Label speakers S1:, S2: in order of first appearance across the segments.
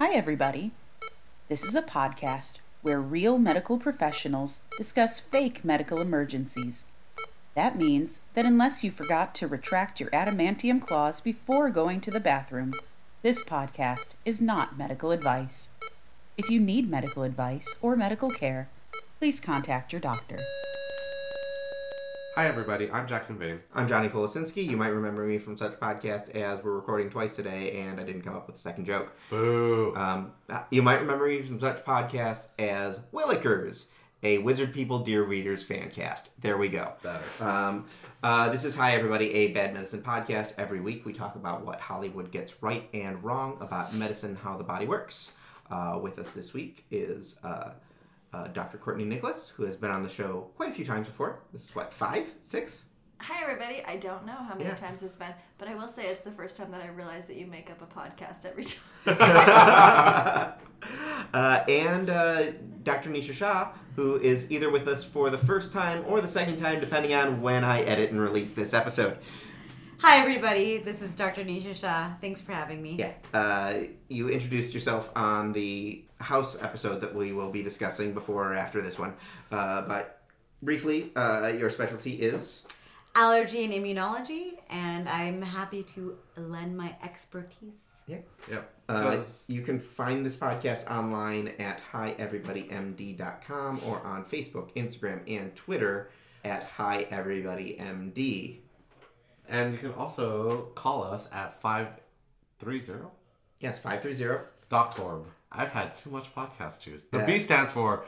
S1: Hi, everybody. This is a podcast where real medical professionals discuss fake medical emergencies. That means that unless you forgot to retract your adamantium claws before going to the bathroom, this podcast is not medical advice. If you need medical advice or medical care, please contact your doctor.
S2: Hi, everybody. I'm Jackson Vane.
S3: I'm Johnny Kolosinski. You might remember me from such podcasts as we're recording twice today, and I didn't come up with a second joke.
S2: Boo.
S3: Um, you might remember me from such podcasts as Willikers, a Wizard People Dear Readers fan cast. There we go.
S2: Better.
S3: Um, uh, this is Hi Everybody, a Bad Medicine podcast. Every week we talk about what Hollywood gets right and wrong about medicine, how the body works. Uh, with us this week is uh, uh, Dr. Courtney Nicholas, who has been on the show quite a few times before. This is what, five, six?
S4: Hi everybody. I don't know how many
S3: Yeah.
S4: times it's been, but I will say it's the first time that I realized that you make up a podcast every time.
S3: uh, and uh, Dr. Nisha Shah, who is either with us for the first time or the second time, depending on when I edit and release this episode.
S5: Hi, everybody. This is Dr. Nisha Shah. Thanks for having me.
S3: Yeah, uh, you introduced yourself on the house episode that we will be discussing before or after this one. Uh, but briefly, uh, your specialty is.
S5: Allergy and immunology, and I'm happy to lend my expertise.
S3: Yeah.
S2: Yep.
S3: Uh,
S2: So-
S3: you can find this podcast online at hieverybodymd.com or on Facebook, Instagram, and Twitter at hieverybodymd.
S2: and you can also call us at 530
S3: Yes, 530.
S2: Doctorb. I've had too much podcast juice. The
S3: Yeah.
S2: B stands for,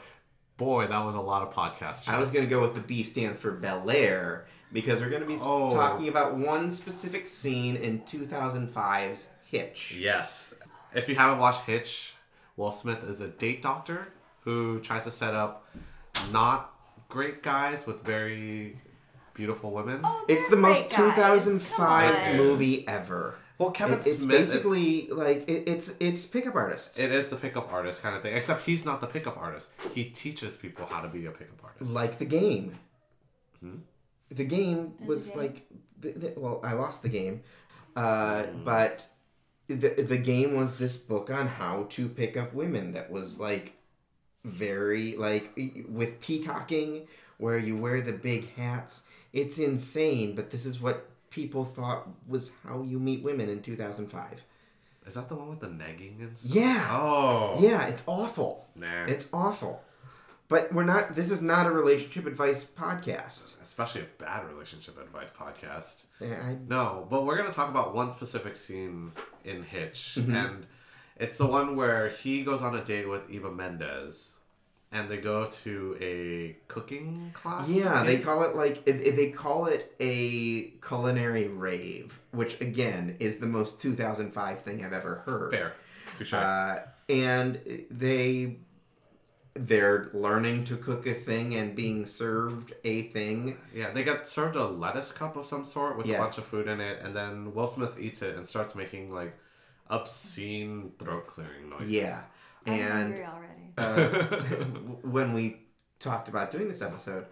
S2: boy, that was a lot of podcast juice.
S3: I was going to go with the B stands for Bel Air because we're going to be s-
S2: Oh.
S3: talking about one specific scene in 2005's Hitch.
S2: Yes. If you haven't watched Hitch, Will Smith is a date doctor who tries to set up not great guys with very beautiful women.
S4: Oh,
S3: It's the
S4: they're
S3: most
S4: great guys.
S3: 2005
S4: Come on.
S3: movie ever.
S2: Well, Kevin
S3: It- it's
S2: Smith.
S3: basically like it, it's it's pickup artists.
S2: it is the pickup artist kind of thing, except he's not the pickup artist. He teaches people how to be a pickup artist.
S3: like the game.
S2: Hmm?
S3: The game
S4: There's
S3: was
S4: a game?
S3: like, the, the, well, I lost the game, uh,
S2: Hmm.
S3: but the the game was this book on how to pick up women that was like very like with peacocking where you wear the big hats. It's insane, but this is what people thought was how you meet women in 2005.
S2: Is that the one with the nagging and stuff?
S3: Yeah.
S2: Oh.
S3: Yeah, it's awful.
S2: Nah.
S3: It's awful. But we're not this is not a relationship advice podcast.
S2: Especially a bad relationship advice podcast.
S3: Yeah, I
S2: No, but we're gonna talk about one specific scene in Hitch,
S3: Mm-hmm.
S2: and it's the one where he goes on a date with Eva Mendes, and they go to a cooking class.
S3: Yeah, they
S2: date?
S3: call it like it- it- they call it a culinary rave, which again is the most 2005 thing I've ever heard.
S2: fair. Touche.
S3: Uh, and they they're learning to cook a thing and being served a thing.
S2: yeah, they get served a lettuce cup of some sort with
S3: Yeah.
S2: a bunch of food in it, and then Will Smith eats it and starts making like obscene throat clearing noises.
S3: Yeah,
S4: I'm
S3: and
S4: hungry already.
S3: uh, when we talked about doing this episode,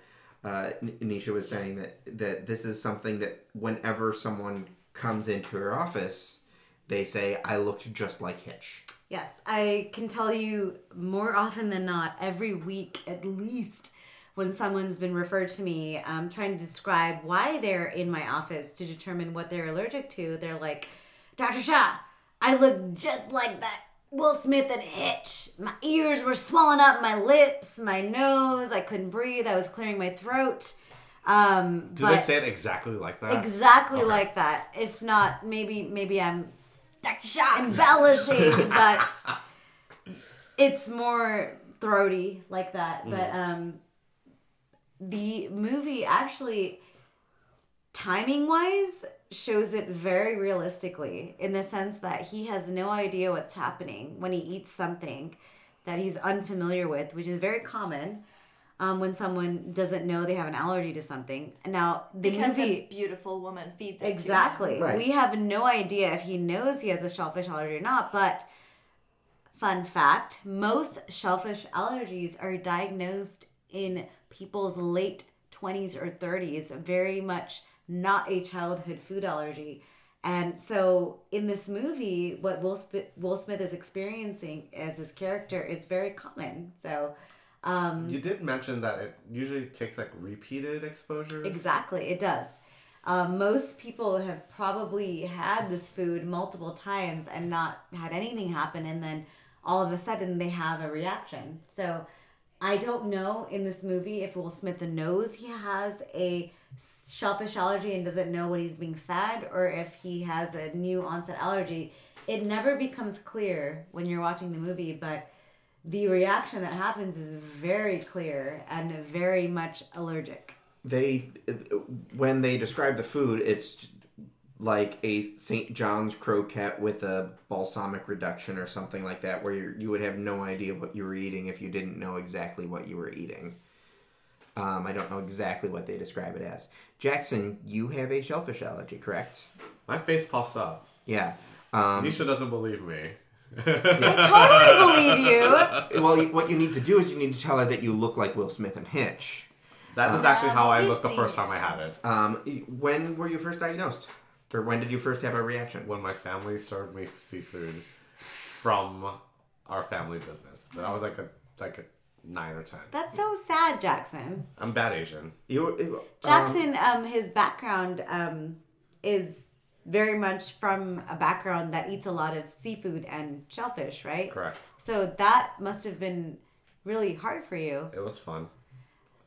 S3: uh, N- Nisha was saying that that this is something that whenever someone comes into her office, they say, "I looked just like Hitch."
S5: Yes, I can tell you more often than not, every week at least, when someone's been referred to me, um, trying to describe why they're in my office to determine what they're allergic to, they're like, Dr. Shah, I look just like that Will Smith and Hitch. My ears were swollen up, my lips, my nose, I couldn't breathe, I was clearing my throat. Um,
S2: Do they
S5: but-
S2: say it exactly like that?
S5: exactly like that. If not, maybe maybe I'm embellishing, but it's more throaty like that.
S2: Mm.
S5: But um, the movie actually, timing wise, shows it very realistically in the sense that he has no idea what's happening when he eats something that he's unfamiliar with, which is very common. Um, when someone doesn't know they have an allergy to something. Now, the
S4: Because
S5: movie
S4: a beautiful woman feeds it to
S5: Exactly.
S4: him.
S3: Right.
S5: We have no idea if he knows he has a shellfish allergy or not, but fun fact most shellfish allergies are diagnosed in people's late 20s or 30s, very much not a childhood food allergy. And so in this movie, what Will, Sp- Will Smith is experiencing as his character is very common. So um,
S2: You did mention that it usually takes like repeated exposures.
S5: Exactly, it does. Um, most people have probably had this food multiple times and not had anything happen, and then all of a sudden they have a reaction. So I don't know in this movie if Will Smith knows he has a shellfish allergy and doesn't know what he's being fed, or if he has a new onset allergy. It never becomes clear when you're watching the movie, but the reaction that happens is very clear and very much allergic.
S3: they when they describe the food it's like a St. John's croquette with a balsamic reduction or something like that where you you would have no idea what you were eating if you didn't know exactly what you were eating. Um, I don't know exactly what they describe it as. Jackson, you have a shellfish allergy, correct?
S2: My face puffs up.
S3: Yeah. Um,
S2: Nisha doesn't believe me.
S5: I totally believe you.
S3: well, you- what you need to do is you need to tell her that you look like Will Smith and Hitch.
S2: That
S3: Uh,
S2: is actually
S4: Yeah,
S2: how I
S4: we've
S2: looked the
S4: seen
S2: first
S4: it.
S2: time I had it.
S3: Um, when were you first diagnosed? Or when did you first have a reaction?
S2: When my family served me seafood from our family business. But I was like a like a nine or ten.
S5: That's so sad, Jackson.
S2: I'm bad Asian.
S3: You,
S5: Jackson, um, his background um, is very much from a background that eats a lot of seafood and shellfish, right?
S2: Correct.
S5: So that must have been really hard for you.
S2: It was fun.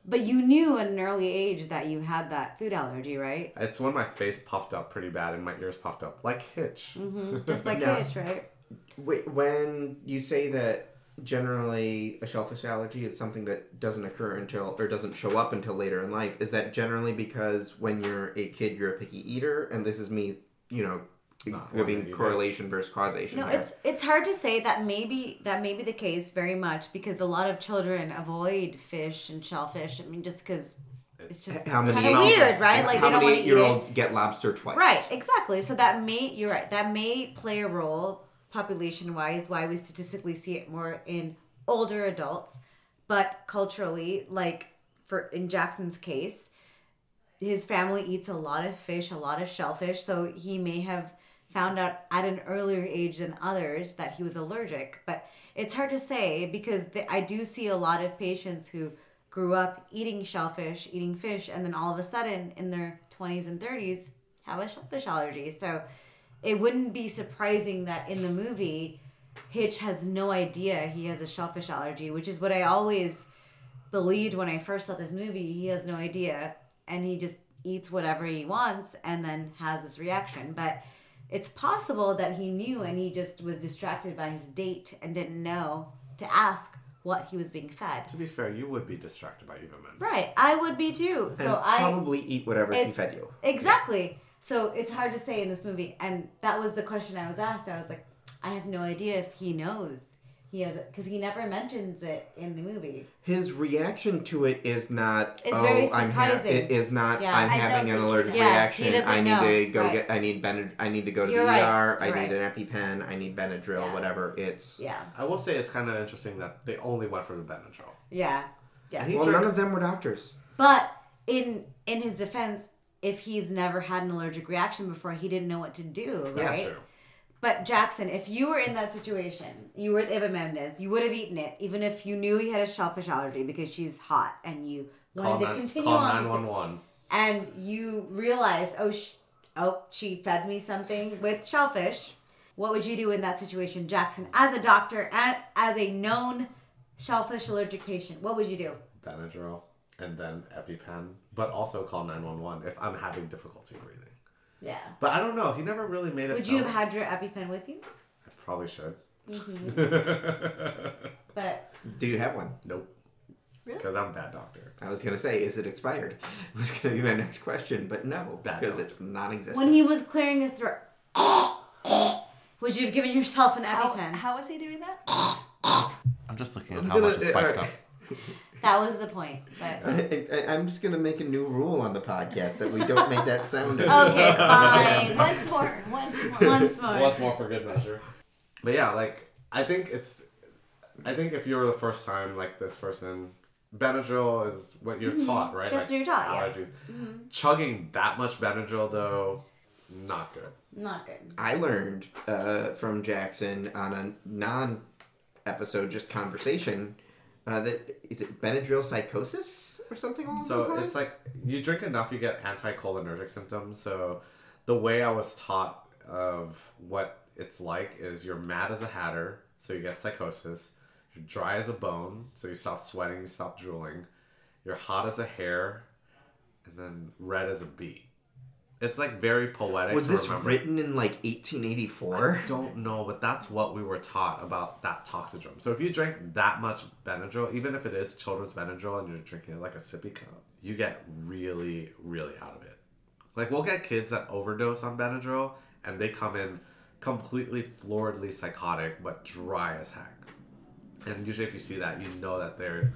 S5: But you knew at an early age that you had that food allergy, right?
S2: It's when my face puffed up pretty bad and my ears puffed up. Like Hitch.
S5: Mm-hmm. Just like
S3: Yeah.
S5: Hitch, right?
S3: Wait, when you say that generally a shellfish allergy is something that doesn't occur until or doesn't show up until later in life, is that generally because when you're a kid you're a picky eater? And this is me, you know,
S2: Not wanting to
S3: giving
S2: eat
S3: correlation versus causation.
S5: No,
S3: here.
S5: it's it's hard to say that maybe that may be the case very much because a lot of children avoid fish and shellfish. I mean, just because it's just
S3: how
S5: kind
S3: many
S5: of
S3: eight-
S5: weird, right? Like
S3: how
S5: they don't want
S3: many
S5: to eat
S3: eight-year-olds
S5: it.
S3: get lobster twice?
S5: Right, exactly. So that may you're right. That may play a role population wise. Why we statistically see it more in older adults, but culturally, like for in Jackson's case, his family eats a lot of fish, a lot of shellfish, so he may have found out at an earlier age than others that he was allergic. But it's hard to say because the, I do see a lot of patients who grew up eating shellfish, eating fish, and then all of a sudden in their 20s and 30s have a shellfish allergy. So it wouldn't be surprising that in the movie, Hitch has no idea he has a shellfish allergy, which is what I always believed when I first saw this movie. He has no idea, and he just eats whatever he wants and then has this reaction. But it's possible that he knew and he just was distracted by his date and didn't know to ask what he was being fed.
S2: To be fair, you would be distracted by Eva Men.
S5: Right, I would be too. So
S3: And
S5: I
S3: probably eat whatever he
S5: it's-
S3: fed you.
S5: Exactly. So it's hard to say in this movie, and that was the question I was asked. I was like, I have no idea if he knows he has it because he never mentions it in the movie.
S3: His reaction to it is not.
S5: It's
S3: oh,
S5: very
S3: I'm ha-
S5: surprising.
S3: it is not.
S5: Yeah,
S3: I'm
S5: I
S4: don't
S3: having an
S4: think he
S3: allergic
S5: does. Yes, he
S3: reaction.
S5: doesn't
S3: I need
S5: know.
S3: to go
S5: Right.
S3: get. I need Benad- I need to go to
S5: You're
S3: the
S5: right.
S3: ER. I
S5: You're
S3: need an EpiPen. I need Benadryl.
S5: Yeah.
S3: Whatever. It's.
S5: Yeah,
S2: I will say it's kind of interesting that they only went for the Benadryl.
S5: yeah, yes.
S3: Well, none of them were doctors.
S5: But in in his defense, if he's never had an allergic reaction before, he didn't know what to do, right?
S2: That's true.
S5: But Jackson, if you were in that situation, you were with Eva Mendes, you would have eaten it, even if you knew you had a shellfish allergy because she's hot and you
S2: Call,
S5: wanted to
S2: nine,
S5: continue
S2: call
S5: on. this-
S2: 911.
S5: and you realize, oh, sh- oh, she fed me something with shellfish. What would you do in that situation, Jackson, as a doctor and as a known shellfish allergic patient? What would you do?
S2: Benadryl and then EpiPen, but also call 911 if I'm having difficulty breathing.
S5: Yeah.
S2: But I don't know. He never really made it.
S5: Would you
S2: sound-
S5: have had your EpiPen with you?
S2: I probably should.
S5: But
S3: Do you have one?
S2: Nope.
S5: Really?
S2: Because I'm a bad doctor.
S3: I was gonna say, is it expired? Was gonna be my next question, but no,
S2: Bad
S3: because
S2: doctor.
S3: it's non-existent.
S5: when he was clearing his throat, would you have given yourself an
S4: How,
S5: EpiPen?
S4: how was he doing that?
S2: I'm just looking at
S3: I'm how gonna- uh, much it spikes up.
S5: that was the point. But
S3: I, I, I'm just gonna make a new rule on the podcast that we don't make that sound.
S5: okay, fine.
S4: Once more, once more.
S5: Once more.
S2: Once more for good measure. But yeah, like I think it's, I think if you were the first time like this person, Benadryl is Mm-hmm. what you're taught, Mm-hmm. right?
S5: That's
S2: like,
S5: what you're taught, yeah.
S2: Allergies. Chugging that much Benadryl though Not good.
S5: Not good.
S3: I learned uh, from Jackson on a non episode, just conversation, uh, that is it Benadryl psychosis or something along those
S2: So
S3: lines?
S2: it's like you drink enough, you get anticholinergic symptoms. So the way I was taught of what it's like is you're mad as a hatter, so you get psychosis. You're dry as a bone, so you stop sweating, you stop drooling. You're hot as a hair, and then red as a beet. It's like very poetic.
S3: Was
S2: to
S3: this
S2: remember.
S3: written in like 1884?
S2: don't know, but that's what we were taught about that toxidrome. So if you drink that much Benadryl, even if it is children's Benadryl and you're drinking it like a sippy cup, you get really, really out of it. Like we'll get kids that overdose on Benadryl and they come in completely floridly psychotic but dry as heck. And usually if you see that, you know that they're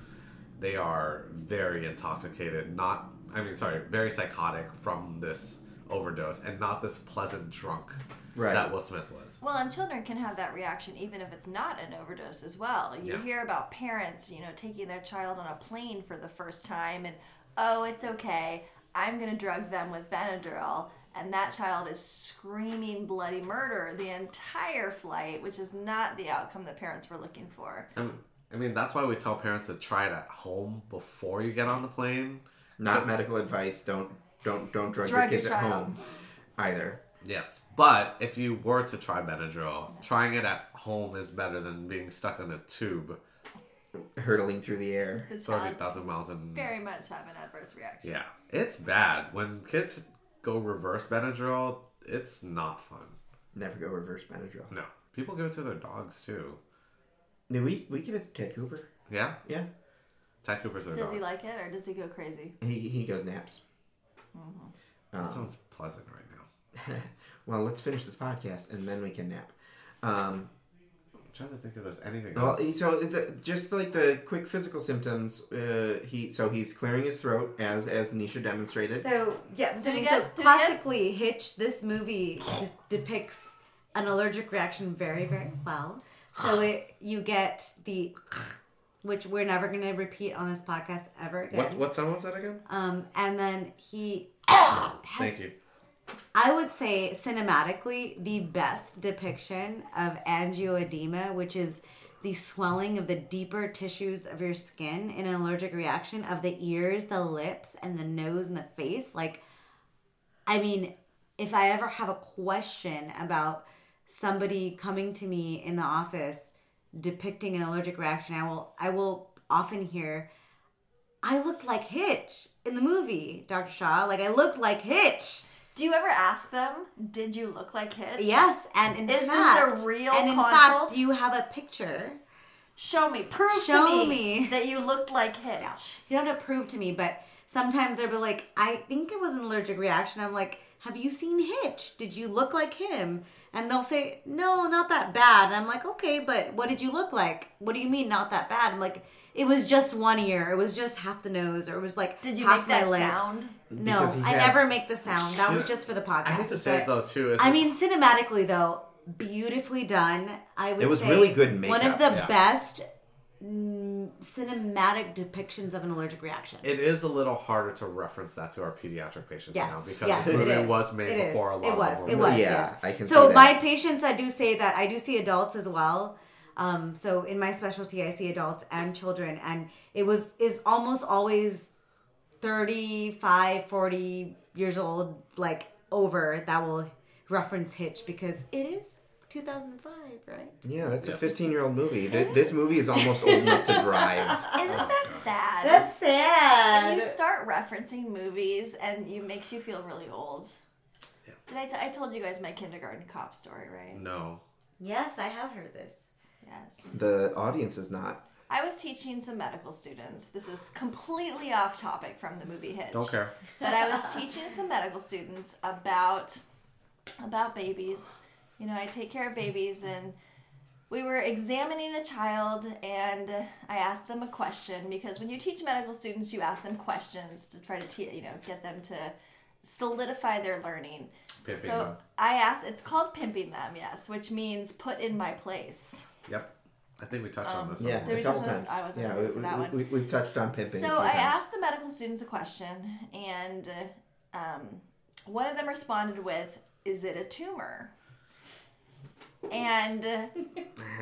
S2: they are very intoxicated, not I mean sorry, very psychotic from this overdose and not this pleasant drunk
S3: Right.
S2: that Will Smith was.
S4: Well, and children can have that reaction even if it's not an overdose as well. You
S2: Yeah.
S4: hear about parents, you know, taking their child on a plane for the first time and, oh, it's okay. I'm going to drug them with Benadryl. And that child is screaming bloody murder the entire flight, which is not the outcome that parents were looking for.
S2: I mean- I mean, that's why we tell parents to try it at home before you get on the plane.
S3: Not medical advice. Don't don't don't drug,
S4: Drug
S3: your
S4: your
S3: kids at
S4: child.
S3: home either.
S2: Yes, but if you were to try Benadryl, trying it at home is better than being stuck in a tube
S3: Hurtling through the air.
S4: The
S2: thirty
S4: child
S2: thousand miles an
S4: very much have an adverse reaction.
S2: Yeah, it's bad when kids go reverse Benadryl. It's not fun.
S3: Never go reverse Benadryl.
S2: No, people give it to their dogs too.
S3: Did we we give it to Ted Cooper?
S2: Yeah,
S3: Yeah.
S2: Ted Cooper's their
S4: Does he
S2: dog.
S4: like it or does he go crazy?
S3: He he goes naps.
S2: That sounds pleasant right now.
S3: Well, let's finish this podcast and then we can nap. Um,
S2: I'm trying to think if there's anything
S3: well, e-
S2: else.
S3: he- so the, just like the quick physical symptoms, uh, he so he's clearing his throat as as Nisha demonstrated.
S5: So yeah, so,
S4: Did you
S5: so
S4: get- did you get-
S5: classically, Hitch. This movie d- depicts an allergic reaction very, very well. So it, you get the, which we're never going to repeat on this podcast ever again.
S2: what what sound was that again?
S4: Uh,
S5: Um, and then he has
S2: Thank you.
S5: I would say cinematically the best depiction of angioedema, which is the swelling of the deeper tissues of your skin in an allergic reaction of the ears, the lips, and the nose and the face. Like, I mean, if I ever have a question about somebody coming to me in the office depicting an allergic reaction, I will I will often hear, I looked like Hitch in the movie, Dr. Shaw. Like I looked like Hitch.
S4: Do you ever ask them, did you look like Hitch?
S5: Yes, and in
S4: Is this
S5: fact,
S4: a real
S5: and in
S4: consult?
S5: fact, do you have a picture?
S4: Show me, prove
S5: Show
S4: to me,
S5: me.
S4: that you looked like Hitch.
S5: You don't have to prove to me, but sometimes they'll be like, "I think it was an allergic reaction." I'm like, "Have you seen Hitch? Did you look like him?" And they'll say, "No, not that bad." And I'm like, "Okay, but what did you look like? What do you mean not that bad?" I'm like, "It was just one ear. It was just half the nose, or it was like
S4: Did you
S5: half
S4: make that
S5: my lip."
S4: sound?
S5: No,
S3: Because he
S5: I
S3: had-
S5: never make the sound. That was
S2: Yeah.
S5: just for the podcast.
S2: I hate to say it
S5: but-
S2: though too. Is
S5: I mean, cinematically though, beautifully done. I would
S3: It was
S5: say
S3: really good
S5: One
S3: makeup,
S5: of the
S2: yeah.
S5: best mm, cinematic depictions of an allergic reaction.
S2: It is a little harder to reference that to our pediatric patients now
S5: yes,
S2: because
S5: yes,
S2: this
S5: it
S2: movie
S5: is.
S2: was made
S5: It is.
S2: before a lot
S5: It was.
S2: of
S5: It
S2: them
S5: was.
S2: were.
S3: Yeah,
S5: yes.
S3: I can
S5: So
S3: see that.
S5: my patients, I do say that I do see adults as well. Um, so in my specialty, I see adults and children, and it was is almost always 35, 40 years old, like over that will reference Hitch because it is 2005, right?
S4: Mm-hmm.
S3: yeah, that's a
S2: Yes.
S3: 15 year old movie. Th- this movie is almost old enough to drive.
S4: Isn't that sad?
S5: That's sad.
S4: when you start referencing movies and you makes you feel really old. Did I, t- I told you guys my kindergarten cop story, right?
S2: No.
S5: yes, I have heard this.
S4: Yes.
S3: The audience is not.
S4: I was teaching some medical students. This is completely off topic from the movie Hitch.
S2: Don't care.
S4: but I was teaching some medical students about about babies. You know, I take care of babies and we were examining a child and I asked them a question because when you teach medical students, you ask them questions to try to te- you know, get them to solidify their learning.
S2: Pimping
S4: so
S2: them.
S4: I asked it's called pimping them, yes, which means put in my place.
S2: Yep. I think we touched
S5: Um,
S2: on this.
S3: Yeah,
S2: Yeah.
S4: There
S3: Oh, a
S4: was
S3: couple
S4: also-
S3: times.
S4: I wasn't
S3: yeah,
S4: here
S3: we,
S4: for that one.
S3: we, we, have touched on pimping. a
S4: So
S3: few
S4: I
S3: times.
S4: asked the medical students a question, and uh, um, one of them responded with, is it a tumor? And uh,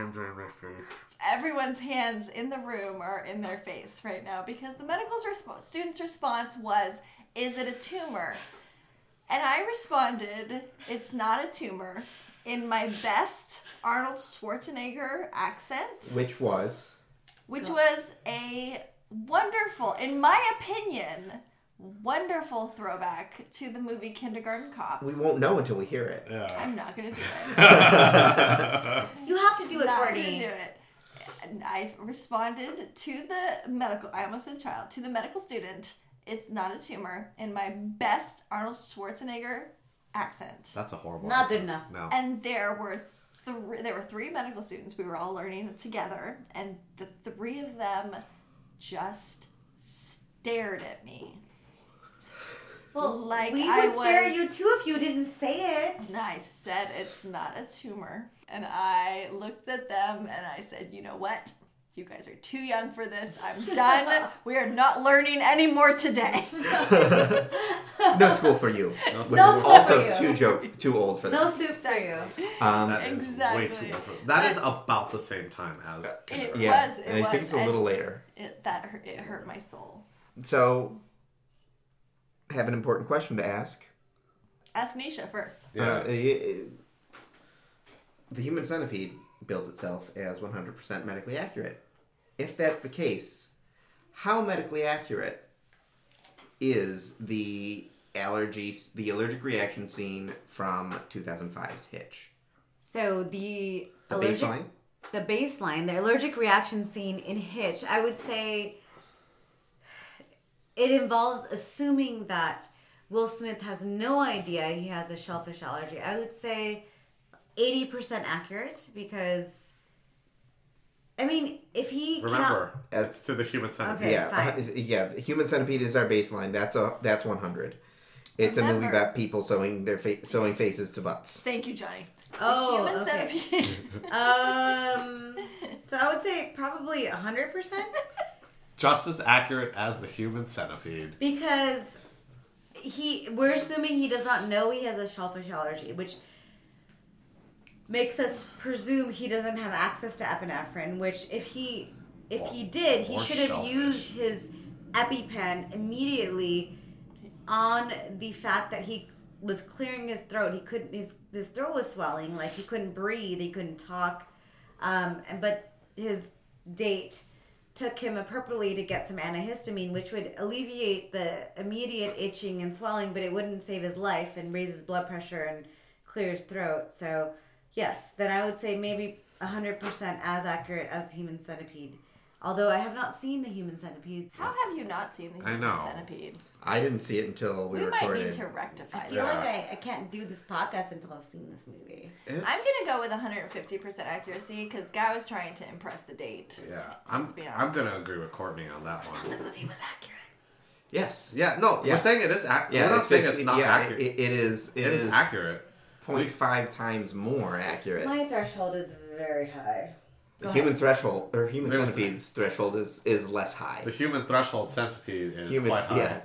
S4: everyone's hands in the room are in their face right now because the medical respo- student's response was, Is it a tumor? And I responded, It's not a tumor, in my best Arnold Schwarzenegger accent
S3: Which was
S4: which was a wonderful, in my opinion, wonderful throwback to the movie Kindergarten
S5: Uh.
S4: Cop.
S3: we won't know until we hear it.
S2: Yeah.
S4: I'm not gonna do it.
S5: You have to do it,
S4: not gonna do
S5: Courtney.
S4: it. And I responded to the medical. I almost said child to the medical student. It's not a tumor. In my best Arnold Schwarzenegger accent.
S2: That's a horrible.
S5: Not good
S2: accent. No.
S5: enough.
S4: And there were three. There were three medical students. We were all learning together, and the three of them just stared at me.
S5: Well,
S4: Like
S5: we
S4: I
S5: would stare at
S4: was-
S5: you too if you didn't say it.
S4: And I said, "It's not a tumor." And I looked at them, and I said, "You know what? You guys are too young for this. I'm done. we are not learning anymore today."
S3: No school for you.
S2: No
S3: Which
S2: school
S3: is
S5: for
S3: also
S5: you.
S3: too joke too old for
S5: No
S3: this.
S5: soup for you.
S3: Um,
S2: That is way
S4: Exactly.
S2: too old. for- That is about the same time as.
S4: It
S2: Kindergarten.
S3: yeah,
S4: was. It
S3: and I
S4: was.
S3: think it's a
S4: and
S3: little later.
S4: It, that hurt, it hurt my soul.
S3: So, I have an important question to ask.
S4: Ask Nisha first.
S3: Uh,
S2: Yeah.
S3: i- i- the human centipede bills itself as 100% medically accurate. If that's the case, how medically accurate is the allergy, the allergic reaction scene from 2005's Hitch?
S5: So the,
S3: The
S5: allergic,
S3: baseline?
S5: the baseline, the allergic reaction scene in Hitch, I would say it involves assuming that Will Smith has no idea he has a shellfish allergy. I would say 80% accurate because, I mean, if he cannot.
S2: Remember, it's to the human centipede.
S5: Okay,
S3: yeah,
S5: fine.
S3: uh, yeah. the Human centipede is our baseline. That's a that's 100. It's a movie
S4: Remember-
S3: about people sewing their fa- sewing faces to butts.
S4: Thank you, Johnny. The
S5: Oh,
S4: human
S5: okay.
S4: centipede.
S5: Um, so I would say probably 100%
S2: Just as accurate as the human centipede.
S5: because he we're assuming he does not know he has a shellfish allergy, which makes us presume he doesn't have access to epinephrine, which if he if he did, he
S2: Or
S5: should have
S2: shellfish.
S5: used his EpiPen immediately on the fact that he was clearing his throat. He couldn't his his throat was swelling, like he couldn't breathe, he couldn't talk. Um, and but his date took him appropriately to get some antihistamine, which would alleviate the immediate itching and swelling, but it wouldn't save his life and raise his blood pressure and clear his throat. So yes, then I would say maybe hundred percent as accurate as the human centipede. Although I have not seen the human centipede.
S4: How have you not seen the
S2: I
S4: human
S2: know.
S4: centipede?
S3: I didn't see it until we,
S4: We might
S3: recorded.
S4: need to rectify
S5: I feel
S4: that.
S5: like I, I can't do this podcast until I've seen this movie.
S4: I'm gonna go with 150% accuracy because guy was trying to impress the date.
S2: Yeah, I'm.
S4: be
S2: I'm gonna agree with Courtney on that one.
S5: The movie was accurate.
S3: Yes.
S2: Yeah, no,
S3: Yeah.
S2: we're saying it is. Ac-
S3: Yeah,
S2: we're not saying it's
S3: fifty-
S2: not
S3: yeah,
S2: accurate.
S3: It, it is.
S2: it is,
S3: accurate.
S2: accurate.
S3: 0.5 times more accurate.
S5: My threshold is very high.
S3: the human threshold or human
S2: Human
S3: centipede's threshold is is less high.
S2: The human threshold centipede is
S3: human,
S2: quite high.
S3: yeah,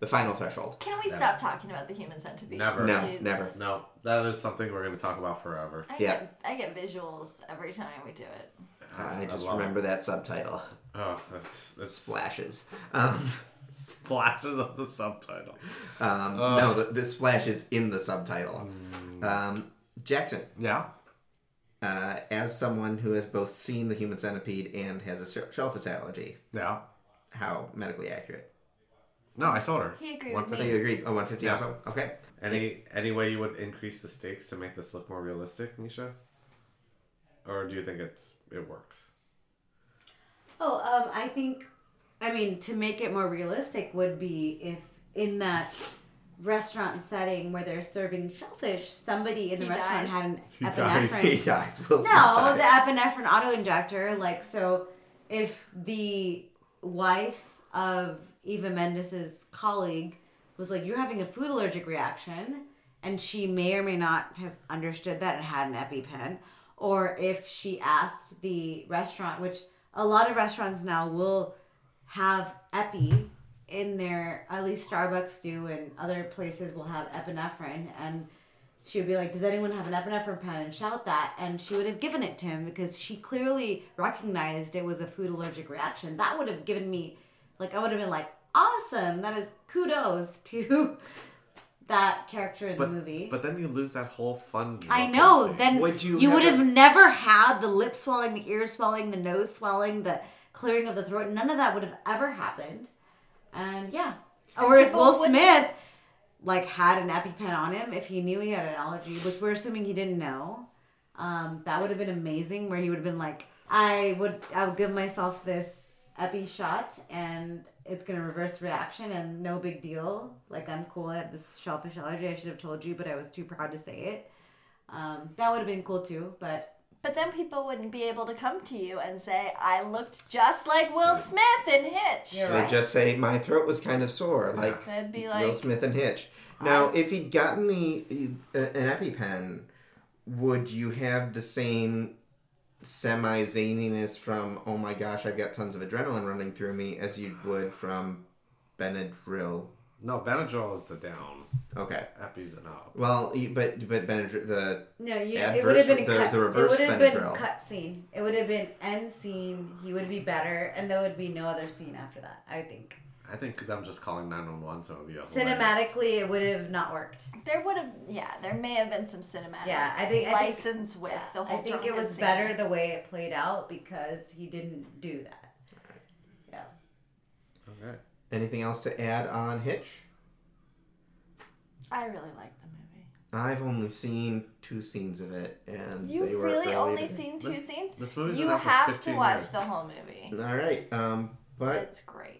S3: the final threshold.
S4: Can we stop talking about the human centipede?
S2: Never.
S3: No,
S4: please?
S3: never.
S2: No, that is something we're gonna talk about forever.
S4: I
S3: Yeah.
S4: get I get visuals every time we do it.
S2: Ah,
S3: I just
S2: love it.
S3: remember that subtitle
S2: Oh, that's that's
S3: splashes. Um,
S2: splashes of the subtitle.
S3: um,
S2: Ugh. Hmm.
S3: no, the, the splash is in the subtitle. Um, Jackson,
S2: Yeah.
S3: uh, as someone who has both seen the human centipede and has a sh- shellfish allergy,
S2: Yeah.
S3: how medically accurate?
S2: No, I sold her.
S4: He agreed
S2: One
S4: with
S2: for
S3: I think
S4: me.
S3: you agreed on 150
S2: Yeah.
S3: also? Okay.
S2: Any any way you would increase the stakes to make this look more realistic, Nisha? Or do you think it's it works?
S5: Oh, um, I think, I mean, to make it more realistic would be if in that restaurant setting where they're serving shellfish, somebody in the
S4: He
S5: restaurant
S4: dies.
S5: had an
S2: dies.
S5: epinephrine.
S3: He dies. Will Smith dies.
S5: No, the epinephrine auto injector. Like, so if the wife of Eva Mendes' colleague was like, You're having a food allergic reaction, and she may or may not have understood that and had an EpiPen, or if she asked the restaurant, which a lot of restaurants now will have Epi in their, at least Starbucks do, and other places will have epinephrine, and she would be like, "Does anyone have an epinephrine pen?" and shout that, and she would have given it to him because she clearly recognized it was a food allergic reaction. That would have given me, like, I would have been like, "Awesome! That is kudos to that character in
S2: But,
S5: the movie."
S2: but then you lose that whole fun.
S5: I know.
S2: normalcy.
S5: Then
S3: Mm, Would you
S5: you would
S3: never-
S5: have never had the lip swelling, the ear swelling, the nose swelling, the clearing of the throat. None of that would have ever happened. And yeah, or if
S4: people
S5: Will
S4: would-
S5: Smith like had an EpiPen on him, if he knew he had an allergy, which we're assuming he didn't know, um, that would have been amazing. Where he would have been like, I would, I would give myself this Epi shot, and it's gonna reverse reaction, and no big deal. Like I'm cool. I have this shellfish allergy. I should have told you, but I was too proud to say it. Um, that would have been cool too, but
S4: But then people wouldn't be able to come to you and say, I looked just like Will Smith in Hitch.
S5: You're
S3: Or
S5: right.
S3: just say my throat was kind of sore, like
S4: They'd be
S3: Will
S4: like,
S3: Smith and Hitch. Now, if he'd gotten me uh, an EpiPen, would you have the same semi zaniness from "Oh my gosh, I've got tons of adrenaline running through me" as you would from Benadryl?
S2: no Benadryl is the down,
S3: Okay,
S2: Epi's an up.
S3: well, y- but but Benadryl the
S5: no, you,
S3: Adverse
S5: it would have been
S3: the-
S5: cut.
S3: the reverse
S5: it would have been
S3: Benadryl.
S5: cut scene. It would have been end scene. He would be better, and there would be no other scene after that. I think
S2: I think I'm just calling nine one one, so it'd be a hilarious-
S5: cinematically, it would have not worked.
S4: there would have, yeah, there may have been some cinematic
S5: Yeah, I think- I think-
S4: license with the
S5: I
S4: whole
S5: think it
S4: drunken
S5: was
S4: scene.
S5: better the way it played out because he didn't do that. Yeah.
S2: Okay.
S3: Anything else to add on Hitch?
S4: I really liked the movie.
S3: I've only seen two scenes of it, and they
S4: You've
S3: were
S4: really
S3: really-
S4: only seen two
S2: This-
S4: scenes?
S2: This movie's been
S4: You
S2: out for
S4: have to
S2: 15
S4: watch
S2: years.
S4: the whole movie.
S3: All right, um, but
S4: It's great.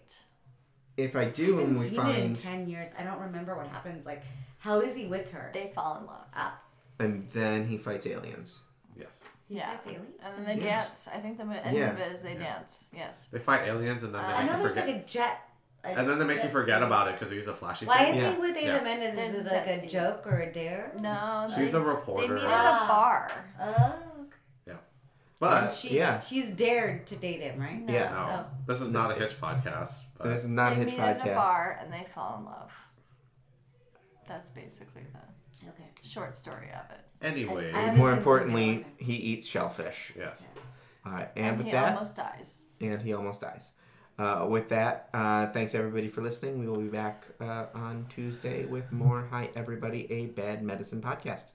S3: if I do,
S5: haven't
S3: and we
S5: seen it in
S3: find
S5: ten years. I don't remember what happens. Like, how is he with her?
S4: They fall in love.
S3: Ah,
S5: Up.
S3: and then he fights aliens.
S2: Yes.
S5: He
S4: Yeah.
S5: fights aliens?
S4: And then they
S3: Yes.
S4: dance. I think the mo- end
S3: Yeah.
S4: of it is they
S2: Yeah.
S4: dance. Yes.
S2: They fight aliens and then they
S5: Uh, I
S2: make
S5: know
S2: you
S5: there's
S2: forget.
S5: like a jet. a
S2: and then they make you
S5: jet
S2: forget
S5: ski.
S2: about it because they use a flashy.
S5: Why
S2: thing.
S5: is
S3: Yeah.
S5: he with Ava
S2: Yeah.
S5: Mendes?
S4: There's
S5: Is
S4: a
S5: it like
S4: jet
S5: a
S4: ski.
S5: joke or a dare?
S4: No.
S2: She's
S4: they,
S2: a
S4: they
S2: reporter,
S4: meet at
S5: Ah.
S4: a bar.
S5: Oh. okay.
S2: but
S5: she,
S3: yeah.
S5: She's dared to date him, right?
S4: No.
S3: Yeah.
S2: no, this is not a Hitch podcast. But
S3: This is not
S4: they
S3: Hitch
S4: meet in a
S3: podcast.
S4: bar and they fall in love. That's basically the
S5: Okay.
S4: short story of it.
S2: anyways,
S5: I haven't-
S3: More
S5: seen
S3: importantly,
S5: something
S3: he eats shellfish.
S2: yes.
S3: All right, and,
S4: And,
S3: with
S4: he
S3: that,
S4: almost dies.
S3: and he almost dies. Uh, with that, uh, thanks everybody for listening. We will be back uh, on Tuesday with more Hi Everybody, a Bad Medicine podcast.